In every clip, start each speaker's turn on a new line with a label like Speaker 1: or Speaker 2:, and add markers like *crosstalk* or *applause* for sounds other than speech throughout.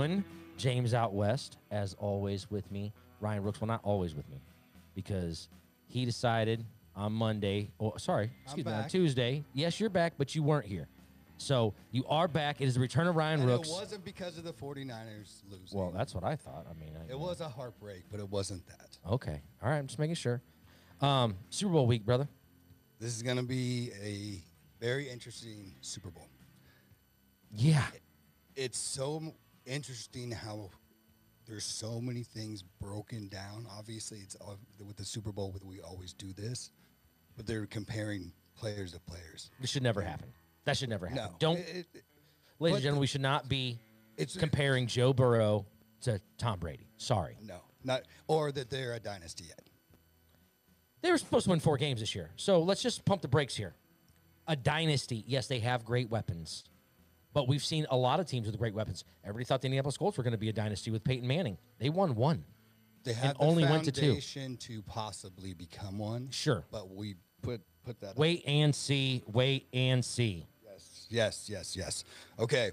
Speaker 1: One, James out west, as always with me. Ryan Rooks, well, not always with me, because he decided on Monday. Oh, sorry, excuse me, on
Speaker 2: back.
Speaker 1: Tuesday. Yes, you're back, but you weren't here. So you are back. It is the return of Ryan
Speaker 2: And it
Speaker 1: Rooks.
Speaker 2: wasn't because of the 49ers losing.
Speaker 1: well, that's what I thought. I mean, I,
Speaker 2: it was a heartbreak, but it wasn't that.
Speaker 1: Okay. All right. I'm just making sure. Um, Super Bowl week, brother.
Speaker 2: This is going to be a very interesting Super Bowl.
Speaker 1: Yeah.
Speaker 2: It's so m- interesting how there's so many things broken down. Obviously, it's all, with the Super Bowl, with we always do this, but they're comparing players to players.
Speaker 1: This should never happen. That should never happen.
Speaker 2: No,
Speaker 1: Don't,
Speaker 2: it- it-
Speaker 1: ladies
Speaker 2: but
Speaker 1: and gentlemen, we should not be
Speaker 2: It's-
Speaker 1: comparing Joe Burrow to Tom Brady. Sorry.
Speaker 2: no, not or that they're a dynasty yet.
Speaker 1: They were supposed to win four games this year. So let's just pump the brakes here. A dynasty. Yes, they have great weapons. But we've seen a lot of teams with great weapons. Everybody thought the Indianapolis Colts were going to be a dynasty with Peyton Manning. They won one.
Speaker 2: They have the
Speaker 1: only went to two.
Speaker 2: foundation to possibly become one.
Speaker 1: Sure.
Speaker 2: but we put put that
Speaker 1: Wait and see. Wait and see.
Speaker 2: Yes, yes, yes, yes. Okay,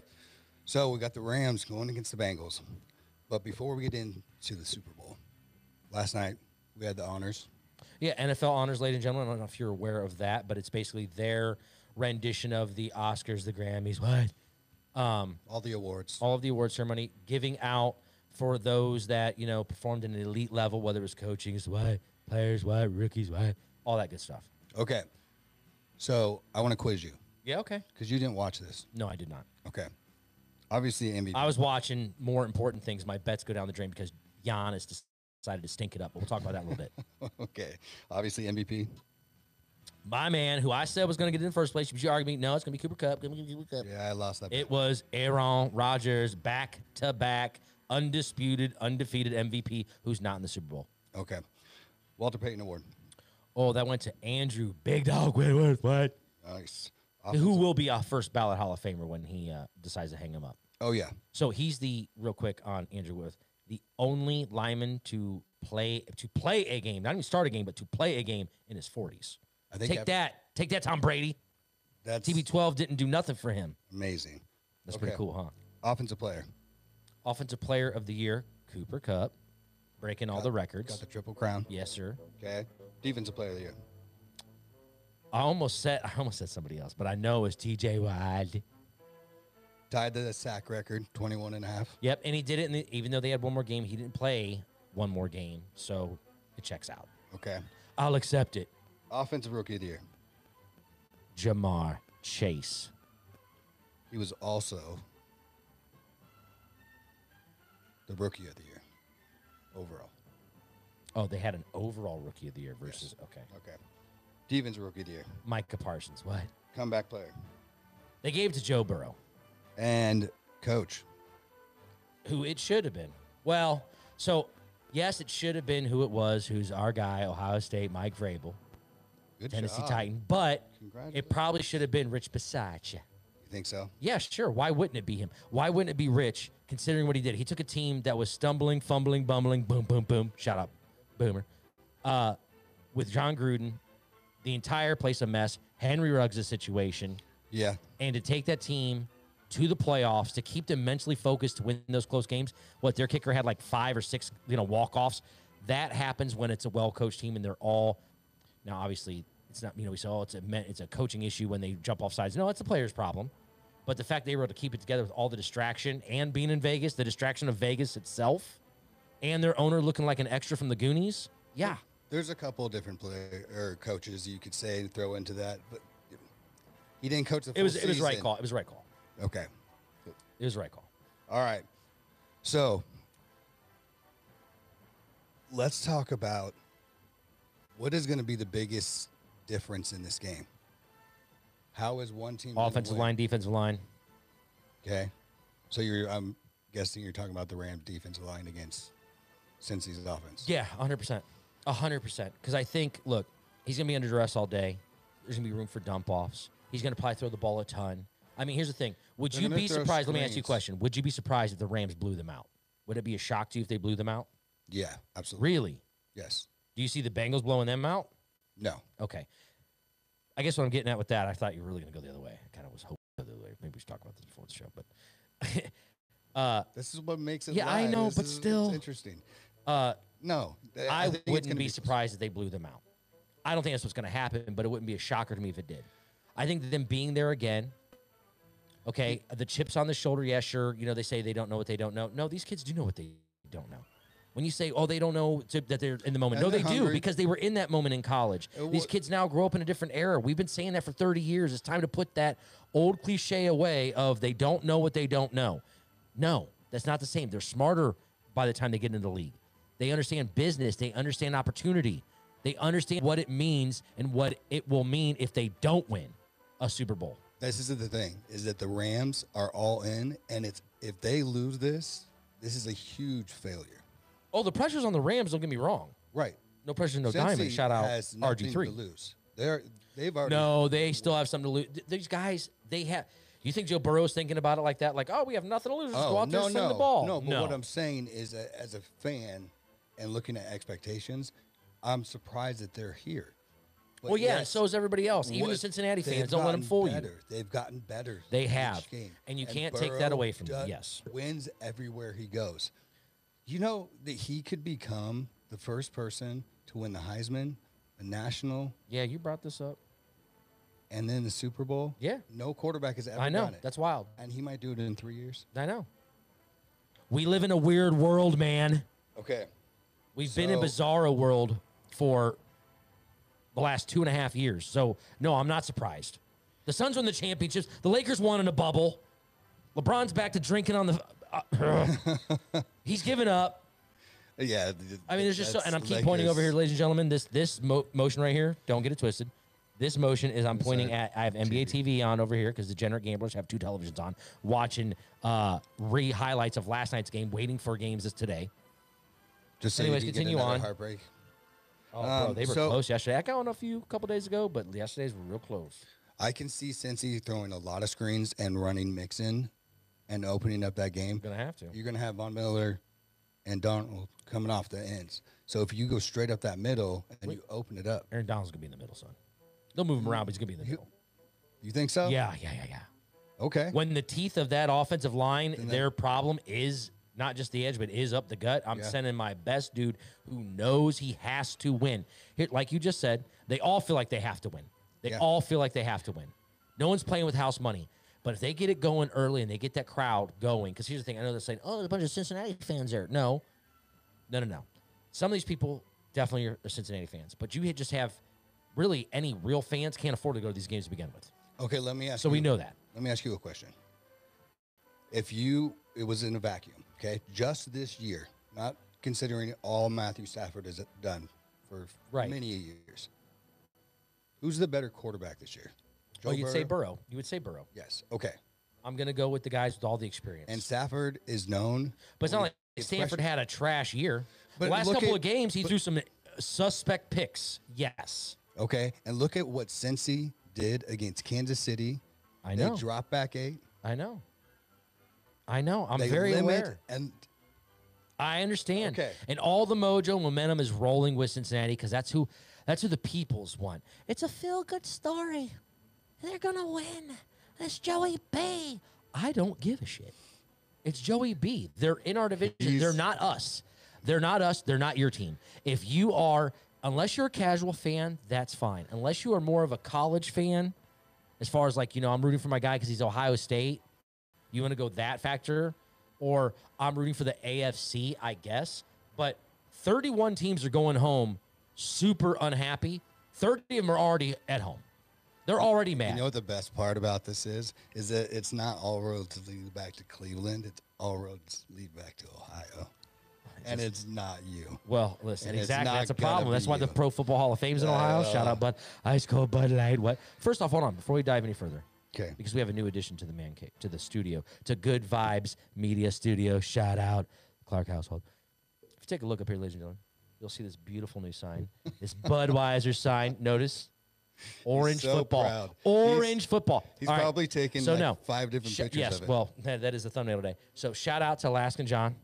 Speaker 2: so we got the Rams going against the Bengals. But before we get into the Super Bowl, last night we had the honors.
Speaker 1: Yeah, NFL honors, ladies and gentlemen. I don't know if you're aware of that, but it's basically their rendition of the Oscars, the Grammys, what?
Speaker 2: All the awards.
Speaker 1: All of the award ceremony, giving out for those that, you know, performed at an elite level, whether it was coaching, it's what, players, what, rookies, what, all that good stuff.
Speaker 2: Okay, so I want to quiz you
Speaker 1: Yeah, okay.
Speaker 2: because you didn't watch this.
Speaker 1: No, I did not.
Speaker 2: Okay, obviously MVP.
Speaker 1: I was watching more important things. My bets go down the drain because Giannis des- decided to stink it up, but we'll talk about that in a little bit.
Speaker 2: *laughs* okay, obviously MVP.
Speaker 1: My man, who I said was going to get it in the first place, but you argued me, no, it's going to be Cooper Cup. Gonna be Cooper Cup.
Speaker 2: Yeah, I lost that.
Speaker 1: It was Aaron Rodgers back to back, undisputed, undefeated MVP, who's not in the Super Bowl.
Speaker 2: okay, Walter Payton Award.
Speaker 1: Oh, that went to Andrew Big Dog Whitworth. What?
Speaker 2: Nice.
Speaker 1: Who will be our first ballot Hall of Famer when he uh, decides to hang him up?
Speaker 2: Oh yeah,
Speaker 1: So he's the real quick on Andrew Whitworth, the only lineman to play to play a game, not even start a game, but to play a game in his forties.
Speaker 2: I think
Speaker 1: Take
Speaker 2: I've-
Speaker 1: that, take that, Tom Brady.
Speaker 2: That's
Speaker 1: TB12 didn't do nothing for him.
Speaker 2: amazing.
Speaker 1: That's pretty
Speaker 2: Okay.
Speaker 1: cool, huh?
Speaker 2: Offensive player
Speaker 1: Offensive Player of the Year, Cooper Cup, breaking all the records.
Speaker 2: got the triple crown.
Speaker 1: Yes, sir.
Speaker 2: Okay. Defensive player of the year.
Speaker 1: I almost said I almost said somebody else, but I know it's TJ Wide.
Speaker 2: Tied the sack record, 21 and a half.
Speaker 1: Yep, and he did it. In the, even though they had one more game, he didn't play one more game, so it checks out.
Speaker 2: Okay.
Speaker 1: I'll accept it.
Speaker 2: Offensive rookie of the year.
Speaker 1: Jamar Chase.
Speaker 2: He was also the rookie of the year overall.
Speaker 1: Oh, they had an overall Rookie of the Year versus okay,
Speaker 2: Okay. Defensive rookie of the year.
Speaker 1: Micah Parsons. What
Speaker 2: Comeback player.
Speaker 1: they gave it to Joe Burrow,
Speaker 2: And coach.
Speaker 1: who it should have been. Well, so yes, it should have been who it was, who's our guy, Ohio State, Mike Vrabel,
Speaker 2: Good
Speaker 1: Tennessee
Speaker 2: job.
Speaker 1: Titan. But
Speaker 2: Congratulations.
Speaker 1: it probably should have been Rich Bisaccia.
Speaker 2: You think so?
Speaker 1: Yeah, sure. Why wouldn't it be him? Why wouldn't it be Rich, considering what he did? He took a team that was stumbling, fumbling, bumbling, boom, boom, boom. Shut up, boomer. Uh, with John Gruden, the entire place a mess. Henry Ruggs' situation,
Speaker 2: Yeah.
Speaker 1: and to take that team to the playoffs to keep them mentally focused to win those close games. What their kicker had like five or six, you know, walk offs. That happens when it's a well coached team and they're all. Now, obviously, it's not you know we say oh it's a men- it's a coaching issue when they jump off sides. No, it's a player's problem. But the fact they were able to keep it together with all the distraction and being in Vegas, the distraction of Vegas itself, and their owner looking like an extra from the Goonies. Yeah,
Speaker 2: There's a couple of different player or coaches you could say and throw into that, but he didn't coach the full
Speaker 1: it was it was right
Speaker 2: season.
Speaker 1: call. It was right call.
Speaker 2: Okay.
Speaker 1: It was right call.
Speaker 2: All right. So let's talk about what is going to be the biggest difference in this game. How is one team gonna
Speaker 1: Offensive
Speaker 2: win?
Speaker 1: line, defensive line.
Speaker 2: Okay. So you're, I'm guessing you're talking about the Rams defensive line against Cincy's offense.
Speaker 1: Yeah, 100%. 100%. Because I think, look, he's going to be under duress all day. There's going to be room for dump offs. He's going to probably throw the ball a ton. I mean, here's the thing. Would
Speaker 2: They're
Speaker 1: you
Speaker 2: gonna
Speaker 1: be
Speaker 2: throw
Speaker 1: surprised? Let me ask you a
Speaker 2: screens.
Speaker 1: question. Would you be surprised if the Rams blew them out? Would it be a shock to you if they blew them out?
Speaker 2: Yeah, absolutely.
Speaker 1: Really?
Speaker 2: Yes.
Speaker 1: Do you see the Bengals blowing them out?
Speaker 2: No.
Speaker 1: Okay. I guess what I'm getting at with that, I thought you were really going to go the other way. I kind of was hoping to go the other way. Maybe we should talk about this before the show, but *laughs* Uh,
Speaker 2: This is what makes it.
Speaker 1: Yeah, I
Speaker 2: live.
Speaker 1: know,
Speaker 2: This
Speaker 1: but
Speaker 2: is- it's
Speaker 1: still-
Speaker 2: interesting.
Speaker 1: uh,
Speaker 2: No,
Speaker 1: I,
Speaker 2: think it's
Speaker 1: wouldn't
Speaker 2: gonna
Speaker 1: be, surprised if they blew them out. I don't think that's what's going to happen, but it wouldn't be a shocker to me if it did. I think that them being there again, okay, the chips on the shoulder, yeah, sure. You know, they say they don't know what they don't know. No, these kids do know what they don't know. When you say, oh, they don't know to, that they're in the moment, no,
Speaker 2: And
Speaker 1: they
Speaker 2: they're
Speaker 1: do
Speaker 2: hungry.
Speaker 1: because they were in that moment in college.
Speaker 2: It
Speaker 1: these
Speaker 2: wa-
Speaker 1: kids now grow up in a different era. We've been saying that for 30 years. It's time to put that old cliche away of they don't know what they don't know. No, that's not the same. They're smarter by the time they get into the league. They understand business, they understand opportunity, they understand what it means and what it will mean if they don't win a Super Bowl.
Speaker 2: This is the thing: is that the Rams are all in, and it's if they lose this, this is a huge failure.
Speaker 1: Oh, the pressure's on the Rams, don't get me wrong.
Speaker 2: Right.
Speaker 1: No pressure, no
Speaker 2: Cincy
Speaker 1: diamond. Shout out
Speaker 2: has nothing To
Speaker 1: RG3.
Speaker 2: lose. They're they've already.
Speaker 1: No, they still have something to lose. Th- These guys, they have. You think Joe Burrow's thinking about it like that? Like, oh, we have nothing to lose. Just go
Speaker 2: Oh
Speaker 1: out there
Speaker 2: no
Speaker 1: and sling
Speaker 2: no
Speaker 1: the ball.
Speaker 2: no! But what I'm saying is, that as a fan and looking at expectations, I'm surprised that they're here. But
Speaker 1: well, yeah, and
Speaker 2: yes,
Speaker 1: so is everybody else. Even the
Speaker 2: what-
Speaker 1: Cincinnati
Speaker 2: they've
Speaker 1: fans. Don't let them
Speaker 2: gotten
Speaker 1: fool you.
Speaker 2: better. They've gotten better.
Speaker 1: They
Speaker 2: each
Speaker 1: have,
Speaker 2: game.
Speaker 1: and you can't take that
Speaker 2: Burrow
Speaker 1: away from them,
Speaker 2: does-
Speaker 1: yes.
Speaker 2: wins everywhere he goes. You know that he could become the first person to win the Heisman, the National,
Speaker 1: Yeah, you brought this up.
Speaker 2: and then the Super Bowl.
Speaker 1: Yeah.
Speaker 2: no quarterback has ever
Speaker 1: I know.
Speaker 2: done it.
Speaker 1: That's wild.
Speaker 2: and he might do it in three years.
Speaker 1: I know. We live in a weird world, man.
Speaker 2: Okay,
Speaker 1: We've been in
Speaker 2: So-
Speaker 1: bizarro world for the last two and a half years. So no, I'm not surprised. The Suns won the championships. The Lakers won in a bubble. LeBron's back to drinking on the. uh, *laughs* he's given up.
Speaker 2: yeah.
Speaker 1: I mean, there's just so, and I'm keep pointing over here, ladies and gentlemen. This this mo- motion right here, don't get it twisted. This motion is I'm pointing at. I have NBA TV, on over here because degenerate gamblers have two televisions on, watching uh re highlights of last night's game, waiting for games as today.
Speaker 2: Just so you
Speaker 1: Anyways,
Speaker 2: can get
Speaker 1: continue
Speaker 2: another
Speaker 1: on.
Speaker 2: Heartbreak.
Speaker 1: Oh, bro,
Speaker 2: Um,
Speaker 1: they were
Speaker 2: so-
Speaker 1: close yesterday. I got on a few couple days ago, but yesterday's were real close.
Speaker 2: I can see Cincy throwing a lot of screens and running Mixon, and opening up that game.
Speaker 1: Gonna have to.
Speaker 2: you're going to have Von Miller and Donald coming off the ends. So if you go straight up that middle and you open it up,
Speaker 1: Aaron Donald's gonna be in the middle, son. They'll move him around, but he's gonna be in the
Speaker 2: You-
Speaker 1: middle.
Speaker 2: you think so?
Speaker 1: Yeah, yeah, yeah, yeah.
Speaker 2: Okay.
Speaker 1: When the teeth of that offensive line,
Speaker 2: Then they-
Speaker 1: their problem is not just the edge, but is up the gut. I'm
Speaker 2: Yeah.
Speaker 1: sending my best dude who knows he has to win. Here, like you just said, they all feel like they have to win. They
Speaker 2: Yeah.
Speaker 1: all feel like they have to win. No one's playing with house money. But if they get it going early and they get that crowd going, because here's the thing, I know they're saying, "Oh, there's a bunch of Cincinnati fans there." No, No, no, no. Some of these people definitely are are Cincinnati fans, but you just have really any real fans can't afford to go to these games to begin with.
Speaker 2: Okay. Let me ask.
Speaker 1: So we
Speaker 2: you-
Speaker 1: know that.
Speaker 2: Let me ask you a question. If you, it was in a vacuum. Okay, just this year, not considering all Matthew Stafford has done for
Speaker 1: Right.
Speaker 2: many years. Who's the better quarterback this year?
Speaker 1: Oh, you'd say
Speaker 2: Burrow?
Speaker 1: Burrow. You would say Burrow.
Speaker 2: Yes. Okay.
Speaker 1: I'm gonna go with the guys with all the experience.
Speaker 2: And Stafford is known.
Speaker 1: but it's not like
Speaker 2: It's
Speaker 1: Stanford
Speaker 2: fresh-
Speaker 1: had a trash year.
Speaker 2: But
Speaker 1: the last
Speaker 2: look
Speaker 1: couple
Speaker 2: at-
Speaker 1: of games, he
Speaker 2: but-
Speaker 1: threw some uh, suspect picks. Yes,
Speaker 2: Okay, and look at what Cincy did against Kansas City.
Speaker 1: I
Speaker 2: they
Speaker 1: know.
Speaker 2: dropped back eight.
Speaker 1: I know. I know. I'm
Speaker 2: they
Speaker 1: very
Speaker 2: limit,
Speaker 1: aware.
Speaker 2: And
Speaker 1: I understand.
Speaker 2: Okay.
Speaker 1: And all the mojo momentum is rolling with Cincinnati because that's who that's who the peoples want. It's a feel good story. They're gonna win. It's Joey B. I don't give a shit. It's Joey B. They're in our division.
Speaker 2: He's-
Speaker 1: They're not us. They're not us. They're not your team. If you are, unless you're a casual fan, that's fine. Unless you are more of a college fan, as far as like, you know, I'm rooting for my guy because he's Ohio State, you want to go that factor, or I'm rooting for the AFC, I guess. But 31 teams are going home super unhappy. 30 of them are already at home. They're already mad.
Speaker 2: you know what the best part about this is? Is that it's not all roads lead back to Cleveland. It's all roads lead back to Ohio. And it's not you.
Speaker 1: Well, listen,
Speaker 2: And it's
Speaker 1: exactly.
Speaker 2: not
Speaker 1: That's a
Speaker 2: gonna
Speaker 1: problem. That's
Speaker 2: be
Speaker 1: why the
Speaker 2: you.
Speaker 1: Pro Football Hall of Fame's in Ohio. Shout out, Bud. Ice cold Bud Light. What? First off, hold on before we dive any further,
Speaker 2: Okay.
Speaker 1: because we have a new addition to the man cave, to the studio, to Good Vibes Media Studio. Shout out Clark Household. If you take a look up here, ladies and gentlemen, you'll see this beautiful new sign,
Speaker 2: *laughs*
Speaker 1: this Budweiser sign. Notice. Orange
Speaker 2: so
Speaker 1: football.
Speaker 2: proud.
Speaker 1: Orange football.
Speaker 2: He's
Speaker 1: All right.
Speaker 2: probably taken
Speaker 1: So
Speaker 2: like
Speaker 1: no.
Speaker 2: five different
Speaker 1: Sh-
Speaker 2: pictures
Speaker 1: yes,
Speaker 2: of it.
Speaker 1: well, that that is the thumbnail today. So shout out to Alaskan John,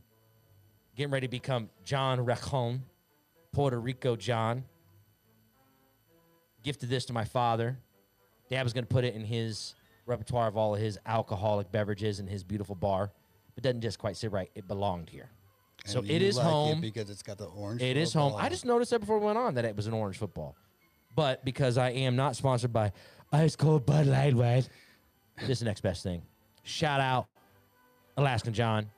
Speaker 1: getting ready to become John Racon, Puerto Rico John. Gifted this to my father. Dad was going to put it in his repertoire of all of his alcoholic beverages in his beautiful bar. but doesn't just quite sit right. It belonged here. So
Speaker 2: And
Speaker 1: it
Speaker 2: you
Speaker 1: is
Speaker 2: like
Speaker 1: home.
Speaker 2: because it's got the orange.
Speaker 1: It is home. I
Speaker 2: football.
Speaker 1: just noticed that before we went on that it was an orange football. But because I am not sponsored by Ice Cold Bud Light, White, this is the next best thing. Shout out Alaskan John,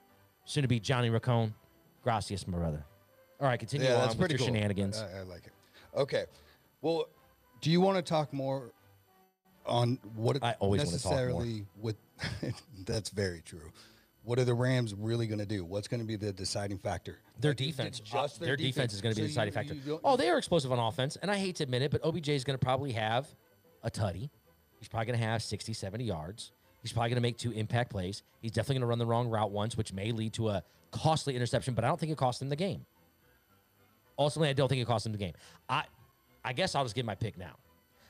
Speaker 1: soon to be Johnny Racone. Gracias, my brother. All right, continue
Speaker 2: yeah,
Speaker 1: on
Speaker 2: that's
Speaker 1: with
Speaker 2: pretty
Speaker 1: your
Speaker 2: cool.
Speaker 1: shenanigans.
Speaker 2: I, I like it. Okay, well, do you want to talk more on what?
Speaker 1: I always wanna talk more.
Speaker 2: necessarily with. *laughs* that's very true. What are the Rams really going to do? What's going to be the deciding factor?
Speaker 1: their
Speaker 2: Do you think
Speaker 1: defense, uh,
Speaker 2: just
Speaker 1: their, defense, is going to be the
Speaker 2: So
Speaker 1: deciding
Speaker 2: you-
Speaker 1: factor.
Speaker 2: you don't-
Speaker 1: oh, they are explosive on offense, and I hate to admit it, but OBJ is going to probably have a tutty. He's probably going to have 60, 70 yards. He's probably going to make two impact plays. He's definitely going to run the wrong route once, which may lead to a costly interception, but I don't think it cost him the game. Ultimately, I don't think it cost him the game. I, I guess I'll just give my pick now.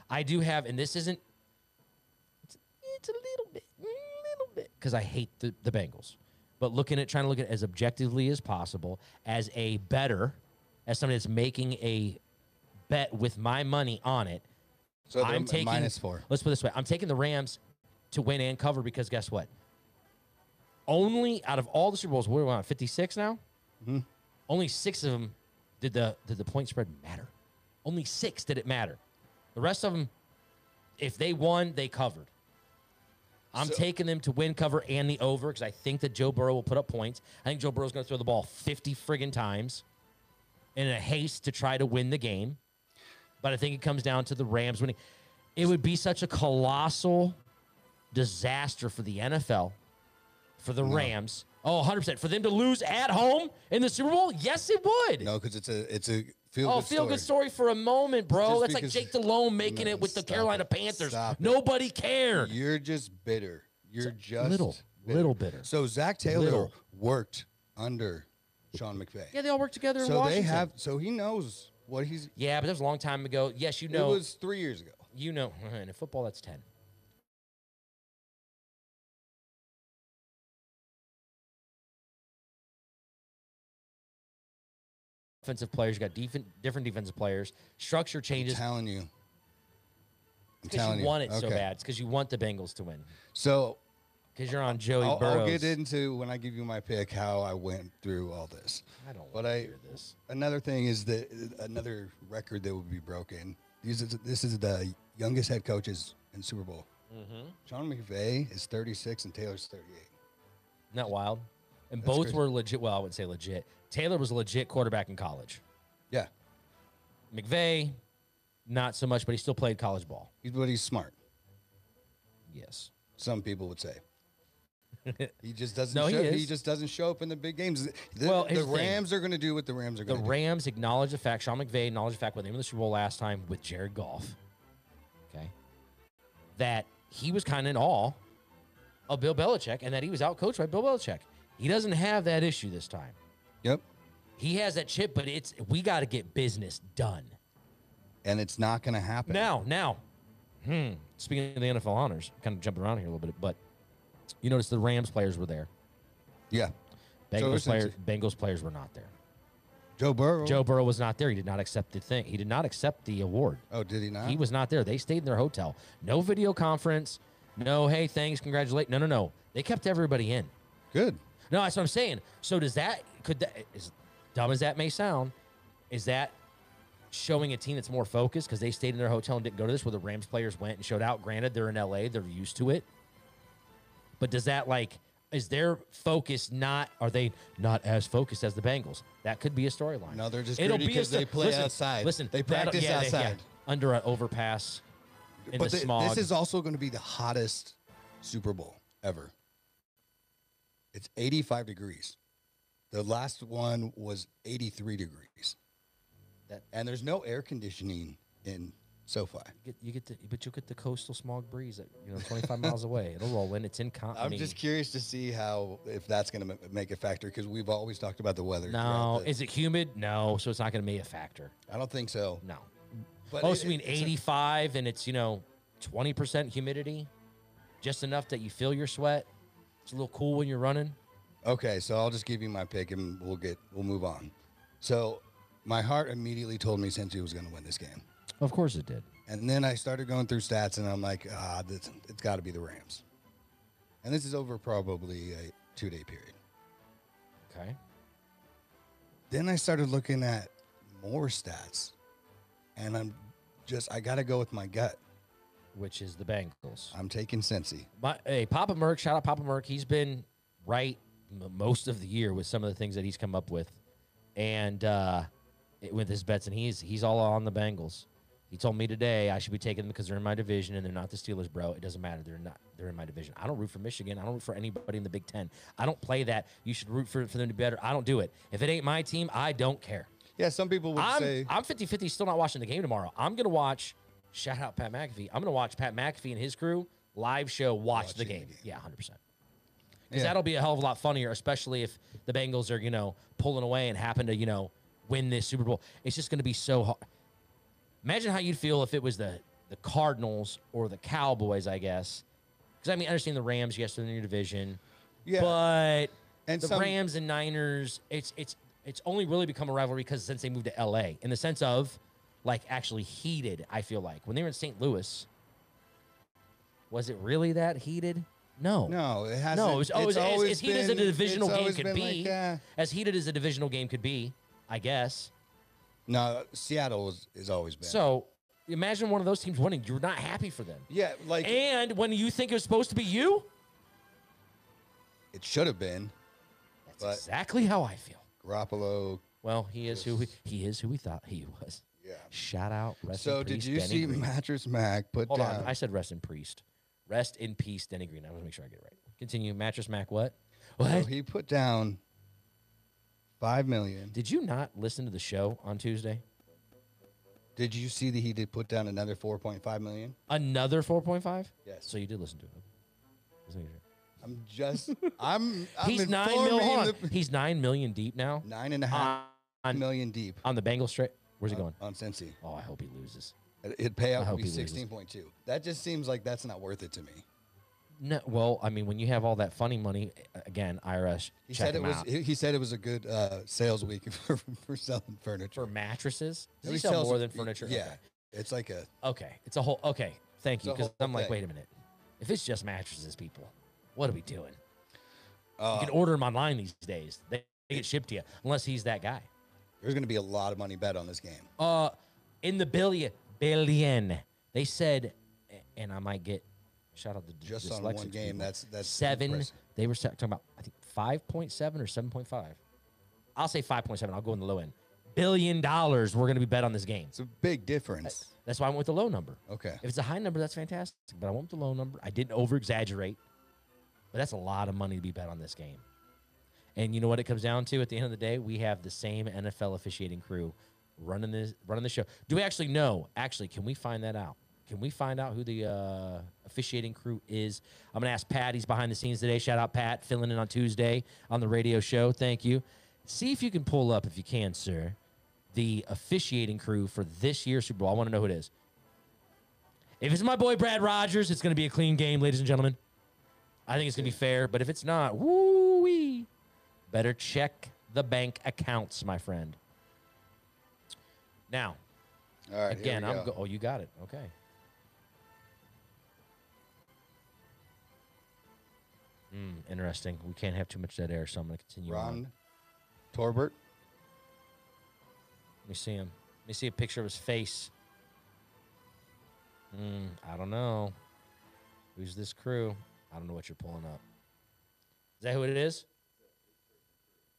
Speaker 1: I do have, and this isn't it's a little bit, mm, little bit, because I hate the, the Bengals. But looking at trying to look at it as objectively as possible, as a better, as somebody that's making a bet with my money on it,
Speaker 2: so they're
Speaker 1: I'm
Speaker 2: m-
Speaker 1: taking
Speaker 2: minus four.
Speaker 1: Let's put it this way: I'm taking the Rams to win and cover because guess what? Only out of all the Super Bowls, what are we on 56 now?
Speaker 2: Mm-hmm.
Speaker 1: Only six of them did the did the point spread matter. Only six did it matter. The rest of them, if they won, they covered. I'm
Speaker 2: So-
Speaker 1: taking them to win, cover, and the over because I think that Joe Burrow will put up points. I think Joe Burrow's going to throw the ball 50 friggin' times in a haste to try to win the game. But I think it comes down to the Rams winning. It would be such a colossal disaster for the NFL, for the Rams. Oh, 100%. For them to lose at home in the Super Bowl? Yes, it would.
Speaker 2: No, because it's a it's a feel.
Speaker 1: Oh, feel
Speaker 2: good story.
Speaker 1: good story for a moment, bro.
Speaker 2: Just
Speaker 1: That's like
Speaker 2: because-
Speaker 1: Jake DeLone making
Speaker 2: No,
Speaker 1: it with the
Speaker 2: stop
Speaker 1: Carolina
Speaker 2: it.
Speaker 1: Panthers.
Speaker 2: Stop it.
Speaker 1: Nobody cared.
Speaker 2: You're just bitter. You're just
Speaker 1: little- little bitter.
Speaker 2: So Zach Taylor
Speaker 1: Little.
Speaker 2: worked under Sean McVay.
Speaker 1: Yeah, they all work together in
Speaker 2: so
Speaker 1: Washington.
Speaker 2: they have. So he knows what he's.
Speaker 1: Yeah, but that was a long time ago. Yes, you know.
Speaker 2: It was three years ago.
Speaker 1: you know. *laughs* And in football, that's 10. Offensive players, you got defen- different defensive players. Structure
Speaker 2: I'm
Speaker 1: changes.
Speaker 2: telling you. I'm
Speaker 1: Because
Speaker 2: telling
Speaker 1: you
Speaker 2: you.
Speaker 1: want it so
Speaker 2: Okay.
Speaker 1: bad. It's because you want the Bengals to win.
Speaker 2: So
Speaker 1: Because you're on Joey
Speaker 2: I'll,
Speaker 1: Burrows.
Speaker 2: I'll
Speaker 1: *laughs*
Speaker 2: get into when I give you my pick how I went through all this.
Speaker 1: I don't
Speaker 2: But
Speaker 1: want to
Speaker 2: I-
Speaker 1: hear this.
Speaker 2: Another thing is that another record that would be broken. These is, this is the youngest head coaches in Super Bowl.
Speaker 1: Mm-hmm.
Speaker 2: Sean McVay is 36 and Taylor's 38.
Speaker 1: Not wild. And
Speaker 2: That's
Speaker 1: both
Speaker 2: crazy.
Speaker 1: were legit. Well, I wouldn't say legit. Taylor was a legit quarterback in college.
Speaker 2: Yeah,
Speaker 1: McVay, not so much, but he still played college ball.
Speaker 2: he's but he's smart.
Speaker 1: Yes.
Speaker 2: Some people
Speaker 1: *laughs*
Speaker 2: would say. He just doesn't.
Speaker 1: No, he
Speaker 2: show, he,
Speaker 1: is.
Speaker 2: just doesn't show up in the big games. The,
Speaker 1: Well,
Speaker 2: the
Speaker 1: here's the thing.
Speaker 2: Rams are going to do what the Rams are
Speaker 1: The
Speaker 2: going to do.
Speaker 1: Rams acknowledge the fact, Sean McVay acknowledged the fact when they won the Super Bowl last time with Jared Goff, okay, that he was kind of in awe of Bill Belichick and that he was outcoached by Bill Belichick. He doesn't have that issue this time.
Speaker 2: Yep.
Speaker 1: He has that chip, but it's we got to get business done.
Speaker 2: And it's not going to happen.
Speaker 1: Now, now, hmm. Speaking of the NFL honors, kind of jumping around here a little bit, but you notice the Rams players were there.
Speaker 2: Yeah. So
Speaker 1: Bengals
Speaker 2: it's-
Speaker 1: players, Bengals players were not there.
Speaker 2: Joe Burrow.
Speaker 1: Joe Burrow was not there. He did not accept the thing. He did not accept the award.
Speaker 2: Oh, did he not?
Speaker 1: He was not there. They stayed in their hotel. No video conference. No, hey, thanks, congratulate. No, no, no. They kept everybody in.
Speaker 2: good.
Speaker 1: No, that's what I'm saying. So does that could that as dumb as that may sound, is that showing a team that's more focused because they stayed in their hotel and didn't go to this where the Rams players went and showed out. Granted, they're in LA, they're used to it. But does that like is their focus not are they not as focused as the Bengals? That could be a storyline.
Speaker 2: No, they're just
Speaker 1: It'll
Speaker 2: greedy
Speaker 1: be a
Speaker 2: 'cause they
Speaker 1: sto-
Speaker 2: play outside.
Speaker 1: Listen,
Speaker 2: They
Speaker 1: that'll-
Speaker 2: practice
Speaker 1: yeah, they- yeah.
Speaker 2: outside.
Speaker 1: under an overpass in
Speaker 2: but
Speaker 1: the
Speaker 2: the-
Speaker 1: smog.
Speaker 2: this is also going to be the hottest Super Bowl ever. It's 85 degrees. The last one was 83 degrees.
Speaker 1: That-
Speaker 2: and there's no air conditioning in SoFi.
Speaker 1: You get, you get the, but you get the coastal smog breeze at you know 25 miles
Speaker 2: *laughs*
Speaker 1: away. It'll roll in. It's in. Con- I
Speaker 2: I'm
Speaker 1: mean,
Speaker 2: just curious to see how if that's going to make a factor because we've always talked about the weather.
Speaker 1: no.
Speaker 2: throughout the-
Speaker 1: Is it humid? No. So it's not going to be a factor.
Speaker 2: I don't think so.
Speaker 1: No.
Speaker 2: But
Speaker 1: oh,
Speaker 2: it-
Speaker 1: so you mean
Speaker 2: it's a-
Speaker 1: 85 and it's you know 20% humidity, just enough that you feel your sweat. It's a little cool when you're running.
Speaker 2: Okay, so I'll just give you my pick and we'll get we'll move on. So my heart immediately told me Cincy was going to win this game,
Speaker 1: Of course it did.
Speaker 2: and then I started going through stats and I'm like, ah, this, it's got to be the Rams, and this is over probably a, two day period.
Speaker 1: Okay.
Speaker 2: Then I started looking at more stats, and I'm just I gotta go with my gut.
Speaker 1: Which is the Bengals.
Speaker 2: I'm taking Cincy.
Speaker 1: My, hey, Papa Merck, shout out Papa Merck. He's been right m- most of the year with some of the things that he's come up with, and uh, it- with his bets, and he's he's all on the Bengals. He told me today I should be taking them because they're in my division and they're not the Steelers, bro. It doesn't matter. They're not. They're in my division. I don't root for Michigan. I don't root for anybody in the Big Ten. I don't play that. You should root for, for them to be better. I don't do it. If it ain't my team, I don't care.
Speaker 2: Yeah, some people would
Speaker 1: I'm
Speaker 2: say
Speaker 1: I'm 50 50 still not watching the game tomorrow. I'm gonna watch shout out Pat McAfee. I'm gonna watch Pat McAfee and his crew live show watch the game.
Speaker 2: Watching the game.
Speaker 1: Yeah, 100 percent because
Speaker 2: Yeah.
Speaker 1: that'll be a hell of a lot funnier, especially if the Bengals are, you know, pulling away and happen to, you know, win this Super Bowl. It's just going to be so hard. Imagine how you'd feel if it was the the Cardinals or the Cowboys, I guess. Because I mean, I understand the Rams, yes, they're in your division,
Speaker 2: Yeah.
Speaker 1: but
Speaker 2: And
Speaker 1: the
Speaker 2: some-
Speaker 1: Rams and Niners, it's it's it's only really become a rivalry because since they moved to L.A. in the sense of like actually heated. I feel like when they were in St. Louis, was it really that heated? No,
Speaker 2: no, it hasn't.
Speaker 1: no, it was always, as,
Speaker 2: always
Speaker 1: as heated as a
Speaker 2: been-
Speaker 1: divisional
Speaker 2: it's
Speaker 1: game
Speaker 2: always
Speaker 1: could
Speaker 2: been
Speaker 1: be,
Speaker 2: like that.
Speaker 1: as heated as a divisional game could be, I guess.
Speaker 2: no, Seattle is, is always been.
Speaker 1: So imagine one of those teams winning. You're not happy for them.
Speaker 2: yeah, like
Speaker 1: And when you think it was supposed to be you,
Speaker 2: it should have been
Speaker 1: that's
Speaker 2: But-
Speaker 1: exactly how I feel.
Speaker 2: Garoppolo.
Speaker 1: Well, he is who he, he is who we thought he was.
Speaker 2: Yeah.
Speaker 1: Shout out. Rest
Speaker 2: So
Speaker 1: in
Speaker 2: did
Speaker 1: peace,
Speaker 2: you
Speaker 1: Denny
Speaker 2: see
Speaker 1: Green.
Speaker 2: Mattress Mac put
Speaker 1: Hold
Speaker 2: down?
Speaker 1: on, I said rest in priest. Rest in peace, Denny Green. I want to make sure I get it right. Continue. Mattress Mac. What? What?
Speaker 2: so Oh, he put down five million.
Speaker 1: Did you not listen to the show on Tuesday?
Speaker 2: Did you see that he did put down another 4.5 million?
Speaker 1: Another four point five.
Speaker 2: Yes.
Speaker 1: So you did listen to it. Just making sure.
Speaker 2: I'm
Speaker 1: *laughs*
Speaker 2: just I'm I'm
Speaker 1: He's nine mil.
Speaker 2: informing
Speaker 1: Hold on.
Speaker 2: the-
Speaker 1: *laughs* He's nine million deep now
Speaker 2: *laughs* nine and a half
Speaker 1: on, on,
Speaker 2: million deep.
Speaker 1: on the Bengals straight. Where's he
Speaker 2: on,
Speaker 1: going?
Speaker 2: on Cincy?
Speaker 1: Oh, I hope he loses.
Speaker 2: It- It'd pay
Speaker 1: I
Speaker 2: out to
Speaker 1: hope
Speaker 2: be
Speaker 1: he loses.
Speaker 2: 16.2. That just seems like that's not worth it to me.
Speaker 1: No, well, I mean, when you have all that funny money, a- again, IRS,
Speaker 2: He
Speaker 1: check
Speaker 2: said it
Speaker 1: him
Speaker 2: was.
Speaker 1: out.
Speaker 2: He, he said it was a good uh, sales week *laughs* for, for selling furniture.
Speaker 1: for mattresses. Does
Speaker 2: No,
Speaker 1: he sell
Speaker 2: sells-
Speaker 1: more than
Speaker 2: he-
Speaker 1: furniture?
Speaker 2: Yeah,
Speaker 1: Okay.
Speaker 2: it's like a
Speaker 1: Okay. It's a whole. Okay. Thank you.
Speaker 2: It's a
Speaker 1: Because
Speaker 2: whole
Speaker 1: I'm like,
Speaker 2: thing.
Speaker 1: wait a minute. If it's just mattresses, people, what are we doing?
Speaker 2: uh,
Speaker 1: You can order them online these days. They, they get shipped to you, unless he's that guy.
Speaker 2: there's going to be a lot of money bet on this game.
Speaker 1: uh in the billion billion they said and i might get shout out the d-
Speaker 2: Just on
Speaker 1: dyslexic
Speaker 2: one game,
Speaker 1: people.
Speaker 2: that's- that's
Speaker 1: seven
Speaker 2: impressive.
Speaker 1: they were sa- talking about i think 5.7 or 7.5 i'll say 5.7 i'll go in the low end billion dollars we're going to be bet on this game
Speaker 2: It's a big difference.
Speaker 1: that's why i went with the low number
Speaker 2: Okay.
Speaker 1: if it's a high number that's fantastic but i went with the low number i didn't over exaggerate but that's a lot of money to be bet on this game and you know what it comes down to at the end of the day? We have the same NFL officiating crew running this running the show. Do we actually know? Actually, can we find that out? Can we find out who the uh, officiating crew is? I'm gonna ask Pat. He's behind the scenes today. Shout out Pat, filling in on Tuesday on the radio show. Thank you. See if you can pull up, if you can, sir, the officiating crew for this year's Super Bowl. I want to know who it is. If it's my boy Brad Rogers, it's gonna be a clean game, ladies and gentlemen. I think it's gonna be fair, but if it's not, woo wee. Better check the bank accounts, my friend. Now,
Speaker 2: All right. here
Speaker 1: again,
Speaker 2: we
Speaker 1: I'm
Speaker 2: go.
Speaker 1: go- oh, you got it. Okay. Hmm, interesting. We can't have too much dead air, so I'm going to continue. on.
Speaker 2: Ron Torbert.
Speaker 1: Let me see him. Let me see a picture of his face. Hmm, I don't know. Who's this crew? I don't know what you're pulling up. Is that who it is?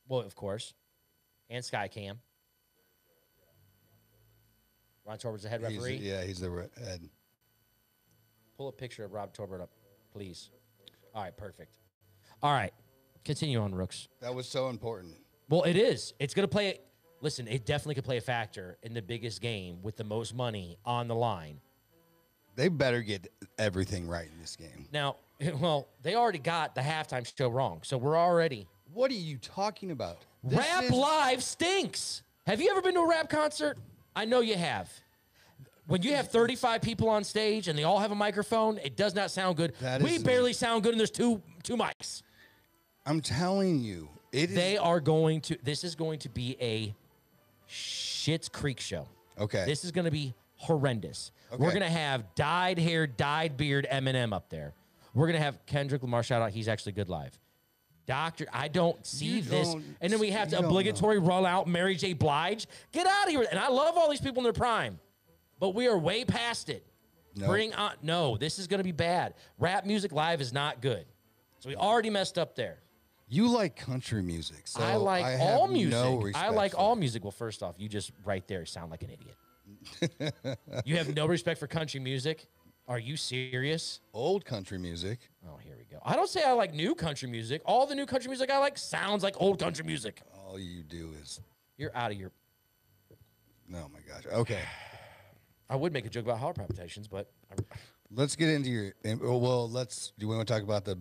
Speaker 1: Well, of course. And Skycam. Ron Torbert's the head
Speaker 2: He's-
Speaker 1: referee.
Speaker 2: yeah, he's the re- head.
Speaker 1: Pull a picture of Rob Torbert up, please. All right, perfect. All right, continue on, Rooks.
Speaker 2: That was so important.
Speaker 1: Well, it is. It's going to play. Listen, it definitely could play a factor in the biggest game with the most money on the line.
Speaker 2: They better get everything right in this game.
Speaker 1: Now, *laughs* well, they already got the halftime show wrong, so we're already
Speaker 2: What are you talking about? This
Speaker 1: rap
Speaker 2: is-
Speaker 1: live stinks. Have you ever been to a rap concert? I know you have. When you have 35 people on stage and they all have a microphone, it does not sound good.
Speaker 2: That
Speaker 1: we
Speaker 2: is-
Speaker 1: barely sound good, and there's two two mics.
Speaker 2: I'm telling you, it is.
Speaker 1: They are going to. This is going to be a shit's creek show.
Speaker 2: okay.
Speaker 1: This is going to be horrendous. We're
Speaker 2: Okay.
Speaker 1: going to have dyed hair, dyed beard Eminem up there. We're going to have Kendrick Lamar shout out. He's actually good live. Doctor, I don't see
Speaker 2: You
Speaker 1: this.
Speaker 2: don't-
Speaker 1: and then we have
Speaker 2: you
Speaker 1: to
Speaker 2: don't know.
Speaker 1: obligatory roll out Mary J. Blige. Get out of here. And I love all these people in their prime, but we are way past it.
Speaker 2: No.
Speaker 1: Bring on. No, this is going to be bad. Rap music live is not good. So we already messed up there.
Speaker 2: You like country music. So
Speaker 1: I like
Speaker 2: have
Speaker 1: all music.
Speaker 2: no
Speaker 1: I
Speaker 2: respect
Speaker 1: like
Speaker 2: for
Speaker 1: all
Speaker 2: it.
Speaker 1: music. Well, first off, you just right there sound like an idiot.
Speaker 2: *laughs*
Speaker 1: you have no respect for country music. Are you serious?
Speaker 2: old country music.
Speaker 1: Oh, here we go. I don't say I like new country music. All the new country music I like sounds like old country music.
Speaker 2: All you do is
Speaker 1: You're out of your.
Speaker 2: oh my gosh. Okay,
Speaker 1: I would make a joke about heart palpitations, but I,
Speaker 2: let's get into your. and- oh, Well, let's. Do we want to talk about the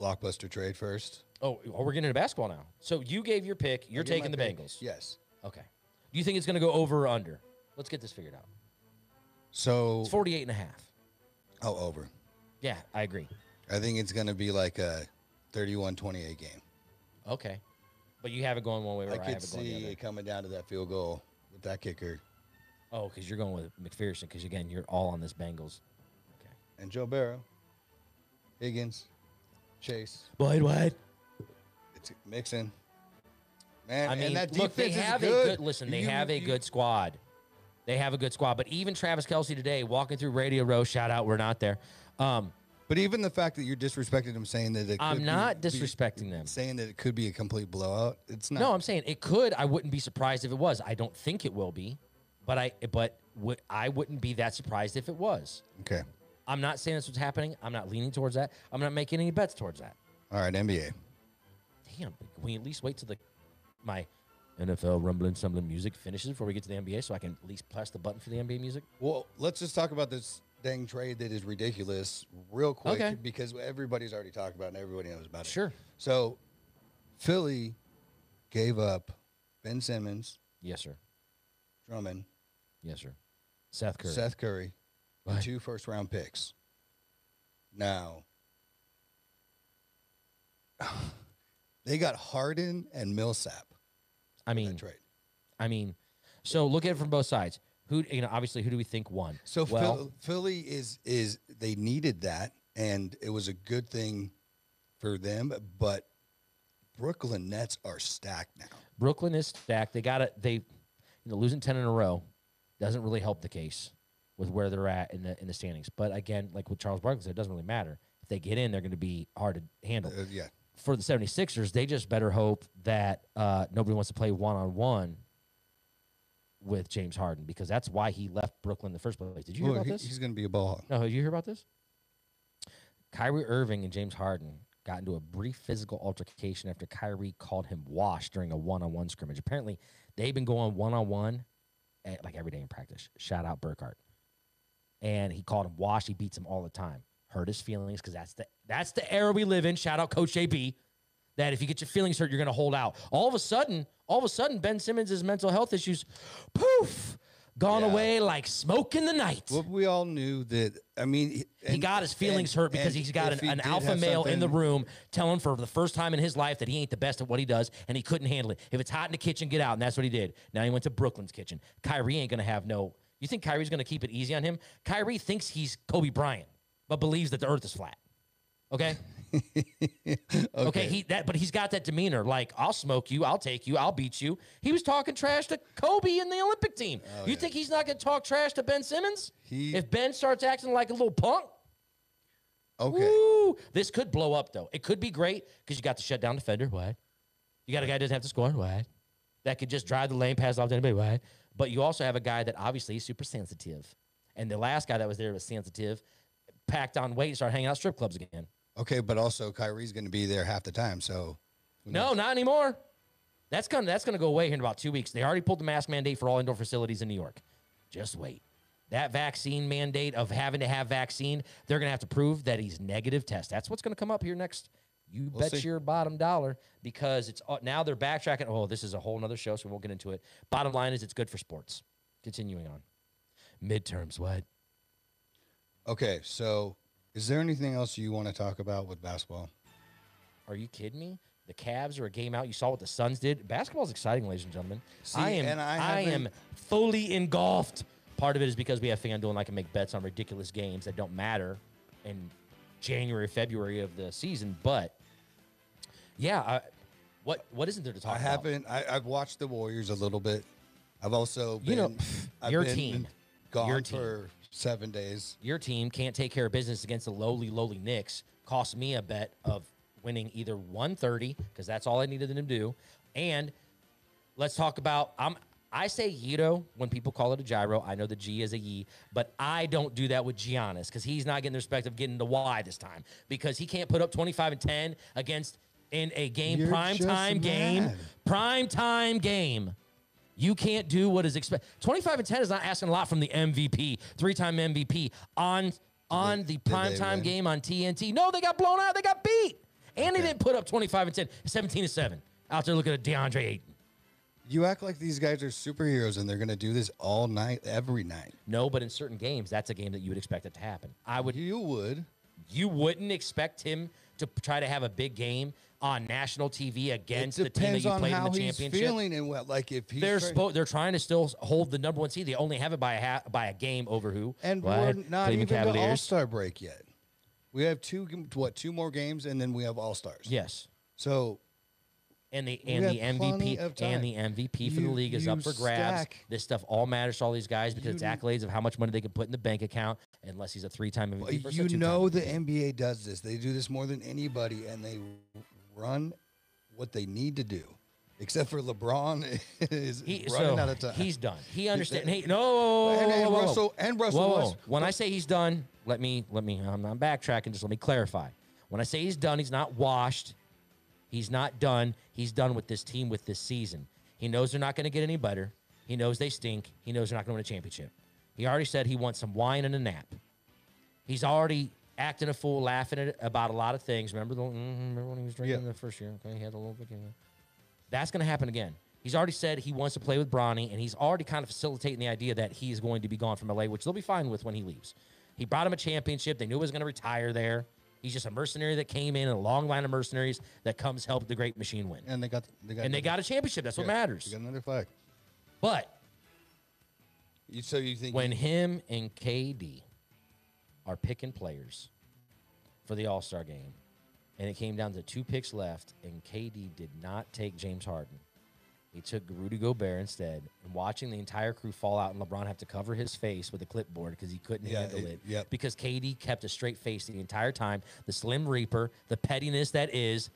Speaker 2: blockbuster trade first?
Speaker 1: oh, oh, we're getting into basketball now. So you gave your pick. You're
Speaker 2: Give my
Speaker 1: taking the
Speaker 2: pick.
Speaker 1: Bengals.
Speaker 2: Yes.
Speaker 1: Okay. Do you think it's going to go over or under? Let's get this figured out.
Speaker 2: So
Speaker 1: It's 48 and a half.
Speaker 2: oh over.
Speaker 1: Yeah, I agree.
Speaker 2: I think it's gonna be like a 31-28 game.
Speaker 1: Okay. But you have it going one way or I,
Speaker 2: I could
Speaker 1: have it going the
Speaker 2: see
Speaker 1: other.
Speaker 2: it coming down to that field goal with that kicker
Speaker 1: Oh, because you're going with McPherson. Because again, you're all on this Bengals. Okay.
Speaker 2: and Joe Barrow, Higgins, Chase.
Speaker 1: Boyd White.
Speaker 2: It's mixing. Man,
Speaker 1: I
Speaker 2: and
Speaker 1: mean,
Speaker 2: that
Speaker 1: look, they
Speaker 2: defense is
Speaker 1: have
Speaker 2: good.
Speaker 1: a good. Listen, they
Speaker 2: You-
Speaker 1: have a
Speaker 2: you-
Speaker 1: good squad. They have a good squad. But even Travis Kelsey today, walking through Radio Row, shout out, we're not there. Um,
Speaker 2: But even the fact that you're disrespecting them, saying that it
Speaker 1: I'm
Speaker 2: could be-
Speaker 1: not
Speaker 2: be-
Speaker 1: disrespecting them.
Speaker 2: saying that it could be a complete blowout. It's not.
Speaker 1: No, I'm saying it could. I wouldn't be surprised if it was. I don't think it will be, but I but would I wouldn't be that surprised if it was.
Speaker 2: okay.
Speaker 1: I'm not saying that's what's happening. I'm not leaning towards that. I'm not making any bets towards that.
Speaker 2: All right, NBA.
Speaker 1: damn, can we at least wait till the my NFL rumbling stumbling music finishes before we get to the NBA so I can at least press the button for the NBA music?
Speaker 2: Well, let's just talk about this dang trade that is ridiculous, real quick,
Speaker 1: Okay.
Speaker 2: because everybody's already talked about it and everybody knows about it.
Speaker 1: Sure.
Speaker 2: So, Philly gave up Ben Simmons,
Speaker 1: Yes, sir.
Speaker 2: Drummond,
Speaker 1: Yes, sir. Seth Curry.
Speaker 2: Seth Curry, and
Speaker 1: Right.
Speaker 2: two first round picks. Now, *sighs* they got Harden and Millsap.
Speaker 1: I
Speaker 2: in
Speaker 1: mean,
Speaker 2: That trade.
Speaker 1: I mean, so look at it from both sides. Who you know? Obviously, who do we think won?
Speaker 2: So
Speaker 1: well,
Speaker 2: Phil, Philly is is they needed that, and it was a good thing for them. But Brooklyn Nets are stacked now.
Speaker 1: Brooklyn is stacked. They got to They, you know, losing ten in a row doesn't really help the case with where they're at in the in the standings. But again, like what Charles Barkley said, it doesn't really matter. If they get in, they're going to be hard to handle.
Speaker 2: Uh, yeah,
Speaker 1: for the 76ers, they just better hope that uh, nobody wants to play one on one with James Harden because that's why he left Brooklyn in the first place. Did you hear
Speaker 2: Well,
Speaker 1: about
Speaker 2: he-
Speaker 1: this?
Speaker 2: he's going to be a ball.
Speaker 1: No, did you hear about this? Kyrie Irving and James Harden got into a brief physical altercation after Kyrie called him wash during a one-on-one scrimmage. Apparently, they've been going one-on-one at, like every day in practice. Shout out Burkhart. And he called him wash. He beats him all the time. Hurt his feelings because that's the that's the era we live in. Shout out Coach JB. That if you get your feelings hurt, you're gonna hold out. All of a sudden, all of a sudden, Ben Simmons' mental health issues, poof, gone
Speaker 2: Yeah.
Speaker 1: away like smoke in the night
Speaker 2: Well, we all knew that. I mean,
Speaker 1: he got his feelings hurt because he's got an, an alpha male in the room telling for the first time in his life that he ain't the best at what he does and he couldn't handle it. If it's hot in the kitchen, get out. And that's what he did. Now he went to Brooklyn's kitchen. Kyrie ain't going to have no. You think Kyrie's going to keep it easy on him? Kyrie thinks he's Kobe Bryant, but believes that the earth is flat. Okay?
Speaker 2: *laughs* okay.
Speaker 1: Okay, he that but he's got that demeanor like I'll smoke you, I'll take you, I'll beat you. He was talking trash to Kobe and the Olympic team. you think he's not going to talk trash to Ben Simmons?
Speaker 2: He-
Speaker 1: if Ben starts acting like a little punk,
Speaker 2: okay.
Speaker 1: Woo! This could blow up though. It could be great because you got the shutdown defender. What? You got a guy that doesn't have to score. What? That could just drive the lane, pass it off to anybody. What? But you also have a guy that obviously is super sensitive. And the last guy that was there was sensitive, packed on weight, started hanging out at strip clubs again.
Speaker 2: Okay, but also Kyrie's going to be there half the time. So
Speaker 1: No, not anymore. That's gonna that's gonna go away here in about two weeks. They already pulled the mask mandate for all indoor facilities in New York. Just wait. That vaccine mandate of having to have vaccine, they're gonna have to prove that he's negative test. That's what's gonna come up here next. You bet
Speaker 2: see.
Speaker 1: your bottom dollar because it's uh, now they're backtracking. Oh, this is a whole nother show, so we won't get into it. Bottom line is it's good for sports. Continuing on. Midterms, what?
Speaker 2: okay, so is there anything else you want to talk about with basketball?
Speaker 1: Are you kidding me? The Cavs are a game out. You saw what the Suns did. Basketball's exciting, ladies and gentlemen.
Speaker 2: See,
Speaker 1: I am
Speaker 2: and I
Speaker 1: I, am
Speaker 2: haven't-
Speaker 1: fully engulfed. Part of it is because we have FanDuel and I can make bets on ridiculous games that don't matter in January, February of the season, but yeah. I, what what isn't there to talk
Speaker 2: I
Speaker 1: about?
Speaker 2: haven't. I, I've watched the Warriors a little bit. I've also been,
Speaker 1: You *sighs* know,
Speaker 2: I've
Speaker 1: your
Speaker 2: been
Speaker 1: team.
Speaker 2: gone
Speaker 1: Your team.
Speaker 2: for seven days.
Speaker 1: Your team can't take care of business against the lowly, lowly Knicks. Cost me a bet of winning either 130 because that's all I needed them to do, and let's talk about I'm I say Yido when people call it a gyro. I know the G is a Y, but I don't do that with Giannis because he's not getting the respect of getting the Y this time because he can't put up 25 and 10 against in a game
Speaker 2: You're
Speaker 1: prime
Speaker 2: just
Speaker 1: time game
Speaker 2: mad.
Speaker 1: prime time game. You can't do what is expected. 25 and 10 is not asking a lot from the MVP, three time MVP on on the
Speaker 2: they
Speaker 1: prime time
Speaker 2: win?
Speaker 1: game on TNT. No, they got blown out. They got beat. And they didn't put up 25 and 10, 17 and 7 out there looking at DeAndre Ayton.
Speaker 2: You act like these guys are superheroes and they're going to do this all night, every night.
Speaker 1: No, but in certain games, that's a game that you would expect it to happen. I would.
Speaker 2: You would.
Speaker 1: You wouldn't expect him to p- try to have a big game on national TV against the team that
Speaker 2: Depends
Speaker 1: you
Speaker 2: on
Speaker 1: played in
Speaker 2: how
Speaker 1: the
Speaker 2: he's
Speaker 1: championship.
Speaker 2: feeling and what. Like if he's
Speaker 1: They're
Speaker 2: trying-
Speaker 1: spo- they're trying to still s- hold the number one seed. They only have it by a ha- by a game over who
Speaker 2: and
Speaker 1: What?
Speaker 2: we're not even
Speaker 1: Cleveland
Speaker 2: the All
Speaker 1: Cavaliers.
Speaker 2: Star break yet. We have two, what, two more games, and then we have All Stars.
Speaker 1: yes,
Speaker 2: So
Speaker 1: and the and the
Speaker 2: have plenty of
Speaker 1: MVP and the
Speaker 2: time.
Speaker 1: MVP for the
Speaker 2: You-
Speaker 1: league is
Speaker 2: you
Speaker 1: up for grabs.
Speaker 2: stack.
Speaker 1: This stuff all matters to all these guys because
Speaker 2: You
Speaker 1: it's
Speaker 2: kn-
Speaker 1: accolades of how much money they can put in the bank account. Unless he's a three time MVP,
Speaker 2: Well,
Speaker 1: versus a
Speaker 2: you
Speaker 1: two-time
Speaker 2: know
Speaker 1: MVP.
Speaker 2: the NBA does this. They do this more than anybody, and they run what they need to do. Except for LeBron *laughs* is
Speaker 1: He,
Speaker 2: running
Speaker 1: so
Speaker 2: out of time.
Speaker 1: he's done. He understands. Hey, no, whoa, whoa,
Speaker 2: And-
Speaker 1: whoa,
Speaker 2: and
Speaker 1: whoa, whoa.
Speaker 2: Russell- and Russell
Speaker 1: Whoa, whoa.
Speaker 2: Westbrook.
Speaker 1: When I say he's done, let me let me. I'm, I'm backtracking. Just let me clarify. When I say he's done, he's not washed. He's not done. He's done with this team with this season. He knows they're not going to get any better. He knows they stink. He knows they're not going to win a championship. He already said he wants some wine and a nap. He's already acting a fool, laughing at, about a lot of things. Remember the mhm, remember when he was drinking
Speaker 2: Yeah.
Speaker 1: the first year? Okay, he had a little bit. of- that's going to happen again. He's already said he wants to play with Bronny, and he's already kind of facilitating the idea that he is going to be gone from LA, which they'll be fine with when he leaves. He brought him a championship. They knew he was going to retire there. He's just a mercenary that came in, a long line of mercenaries that comes help the great machine win.
Speaker 2: and they got they got
Speaker 1: And they
Speaker 2: another-
Speaker 1: got a championship. That's what
Speaker 2: yeah,
Speaker 1: matters.
Speaker 2: They got another flag.
Speaker 1: But
Speaker 2: You, so you think
Speaker 1: when him and KD are picking players for the All Star game, and it came down to two picks left, and KD did not take James Harden, he took Rudy Gobert instead. And watching the entire crew fall out and LeBron have to cover his face with a clipboard because he couldn't
Speaker 2: Yeah,
Speaker 1: handle
Speaker 2: it-
Speaker 1: it,
Speaker 2: yep.
Speaker 1: because KD kept a straight face the entire time. The Slim Reaper, the pettiness that is,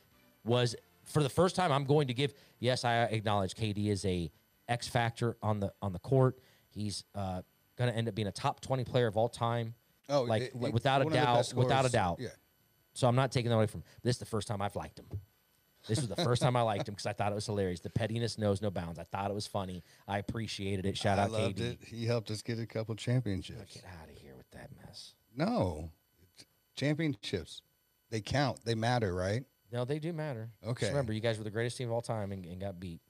Speaker 1: was for the first time. I'm going to give. Yes, I acknowledge KD is a X factor on the on the court. He's uh, going to end up being a top 20 player of all time.
Speaker 2: Oh,
Speaker 1: like
Speaker 2: it-
Speaker 1: w-
Speaker 2: it-
Speaker 1: without a
Speaker 2: one of the
Speaker 1: doubt,
Speaker 2: best
Speaker 1: without a
Speaker 2: scorers.
Speaker 1: doubt.
Speaker 2: Yeah.
Speaker 1: So I'm not taking that away from. This is the first time I've liked him. This was the first time I liked him because I thought it was hilarious. The pettiness knows no bounds. I thought it was funny. I appreciated it. Shout
Speaker 2: I
Speaker 1: out
Speaker 2: loved
Speaker 1: KD.
Speaker 2: it. He helped us get a couple championships.
Speaker 1: Get out of here with that mess.
Speaker 2: No, championships. They count. They matter, right?
Speaker 1: No, they do matter.
Speaker 2: Okay.
Speaker 1: Just remember, you guys were the greatest team of all time and, and got beat.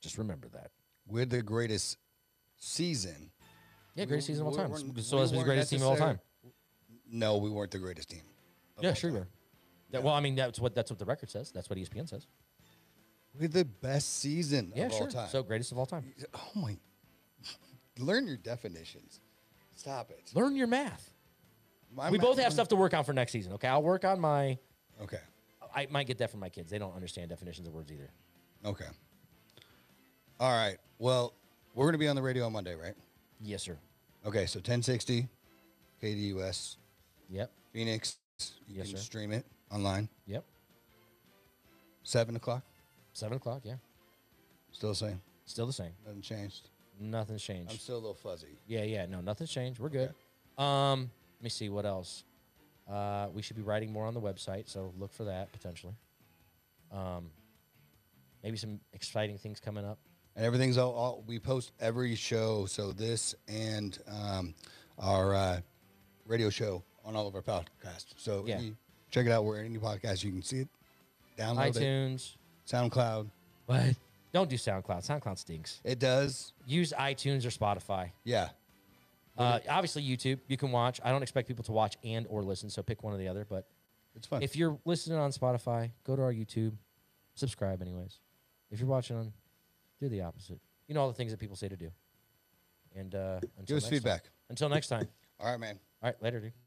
Speaker 1: Just remember that.
Speaker 2: We're the greatest season.
Speaker 1: Yeah,
Speaker 2: We-
Speaker 1: greatest season of all
Speaker 2: we
Speaker 1: time.
Speaker 2: weren't-
Speaker 1: So
Speaker 2: we
Speaker 1: that's the
Speaker 2: weren't
Speaker 1: greatest team of all
Speaker 2: necessar-
Speaker 1: time.
Speaker 2: No, we weren't the greatest team. of
Speaker 1: Yeah,
Speaker 2: all
Speaker 1: sure.
Speaker 2: time.
Speaker 1: you were. That, well, I mean, that's what that's what the record says. That's what E ESPN says.
Speaker 2: We're the best season
Speaker 1: Yeah,
Speaker 2: of
Speaker 1: sure.
Speaker 2: all time.
Speaker 1: So greatest of all time.
Speaker 2: oh my! *laughs* Learn your definitions. Stop it.
Speaker 1: Learn your math.
Speaker 2: My
Speaker 1: we
Speaker 2: ma-
Speaker 1: both have stuff to work on for next season. Okay, I'll work on my.
Speaker 2: Okay.
Speaker 1: I might get that from my kids. They don't understand definitions of words either.
Speaker 2: Okay. All right. Well, we're gonna be on the radio on Monday, right?
Speaker 1: Yes, sir.
Speaker 2: Okay. So 1060, KDUS,
Speaker 1: Yep.
Speaker 2: Phoenix. You
Speaker 1: Yes,
Speaker 2: can
Speaker 1: sir.
Speaker 2: stream it online.
Speaker 1: Yep.
Speaker 2: Seven o'clock.
Speaker 1: Seven o'clock. Yeah.
Speaker 2: Still the same.
Speaker 1: Still the same.
Speaker 2: Nothing changed.
Speaker 1: Nothing's changed.
Speaker 2: I'm still a little fuzzy.
Speaker 1: Yeah, yeah. No, nothing's changed. We're good. Um, let me see what else. Uh, we should be writing more on the website, so look for that potentially. Um, maybe some exciting things coming up.
Speaker 2: And everything's all, all we post every show. So this and um, our uh, radio show on all of our podcasts. So
Speaker 1: Yeah.
Speaker 2: any- check it out where any podcast you can see it. Download it.
Speaker 1: iTunes.
Speaker 2: SoundCloud.
Speaker 1: What? Don't do SoundCloud. SoundCloud stinks.
Speaker 2: It does.
Speaker 1: Use iTunes or Spotify.
Speaker 2: Yeah.
Speaker 1: Uh, obviously YouTube. You can watch. I don't expect people to watch and or listen, so pick one or the other. But
Speaker 2: It's fun.
Speaker 1: if you're listening on Spotify, go to our YouTube, subscribe anyways. If you're watching on, do the opposite. You know all the things that people say to do. And uh, until
Speaker 2: Give us
Speaker 1: next time-
Speaker 2: feedback.
Speaker 1: until next time.
Speaker 2: All right, man.
Speaker 1: All right, later, dude.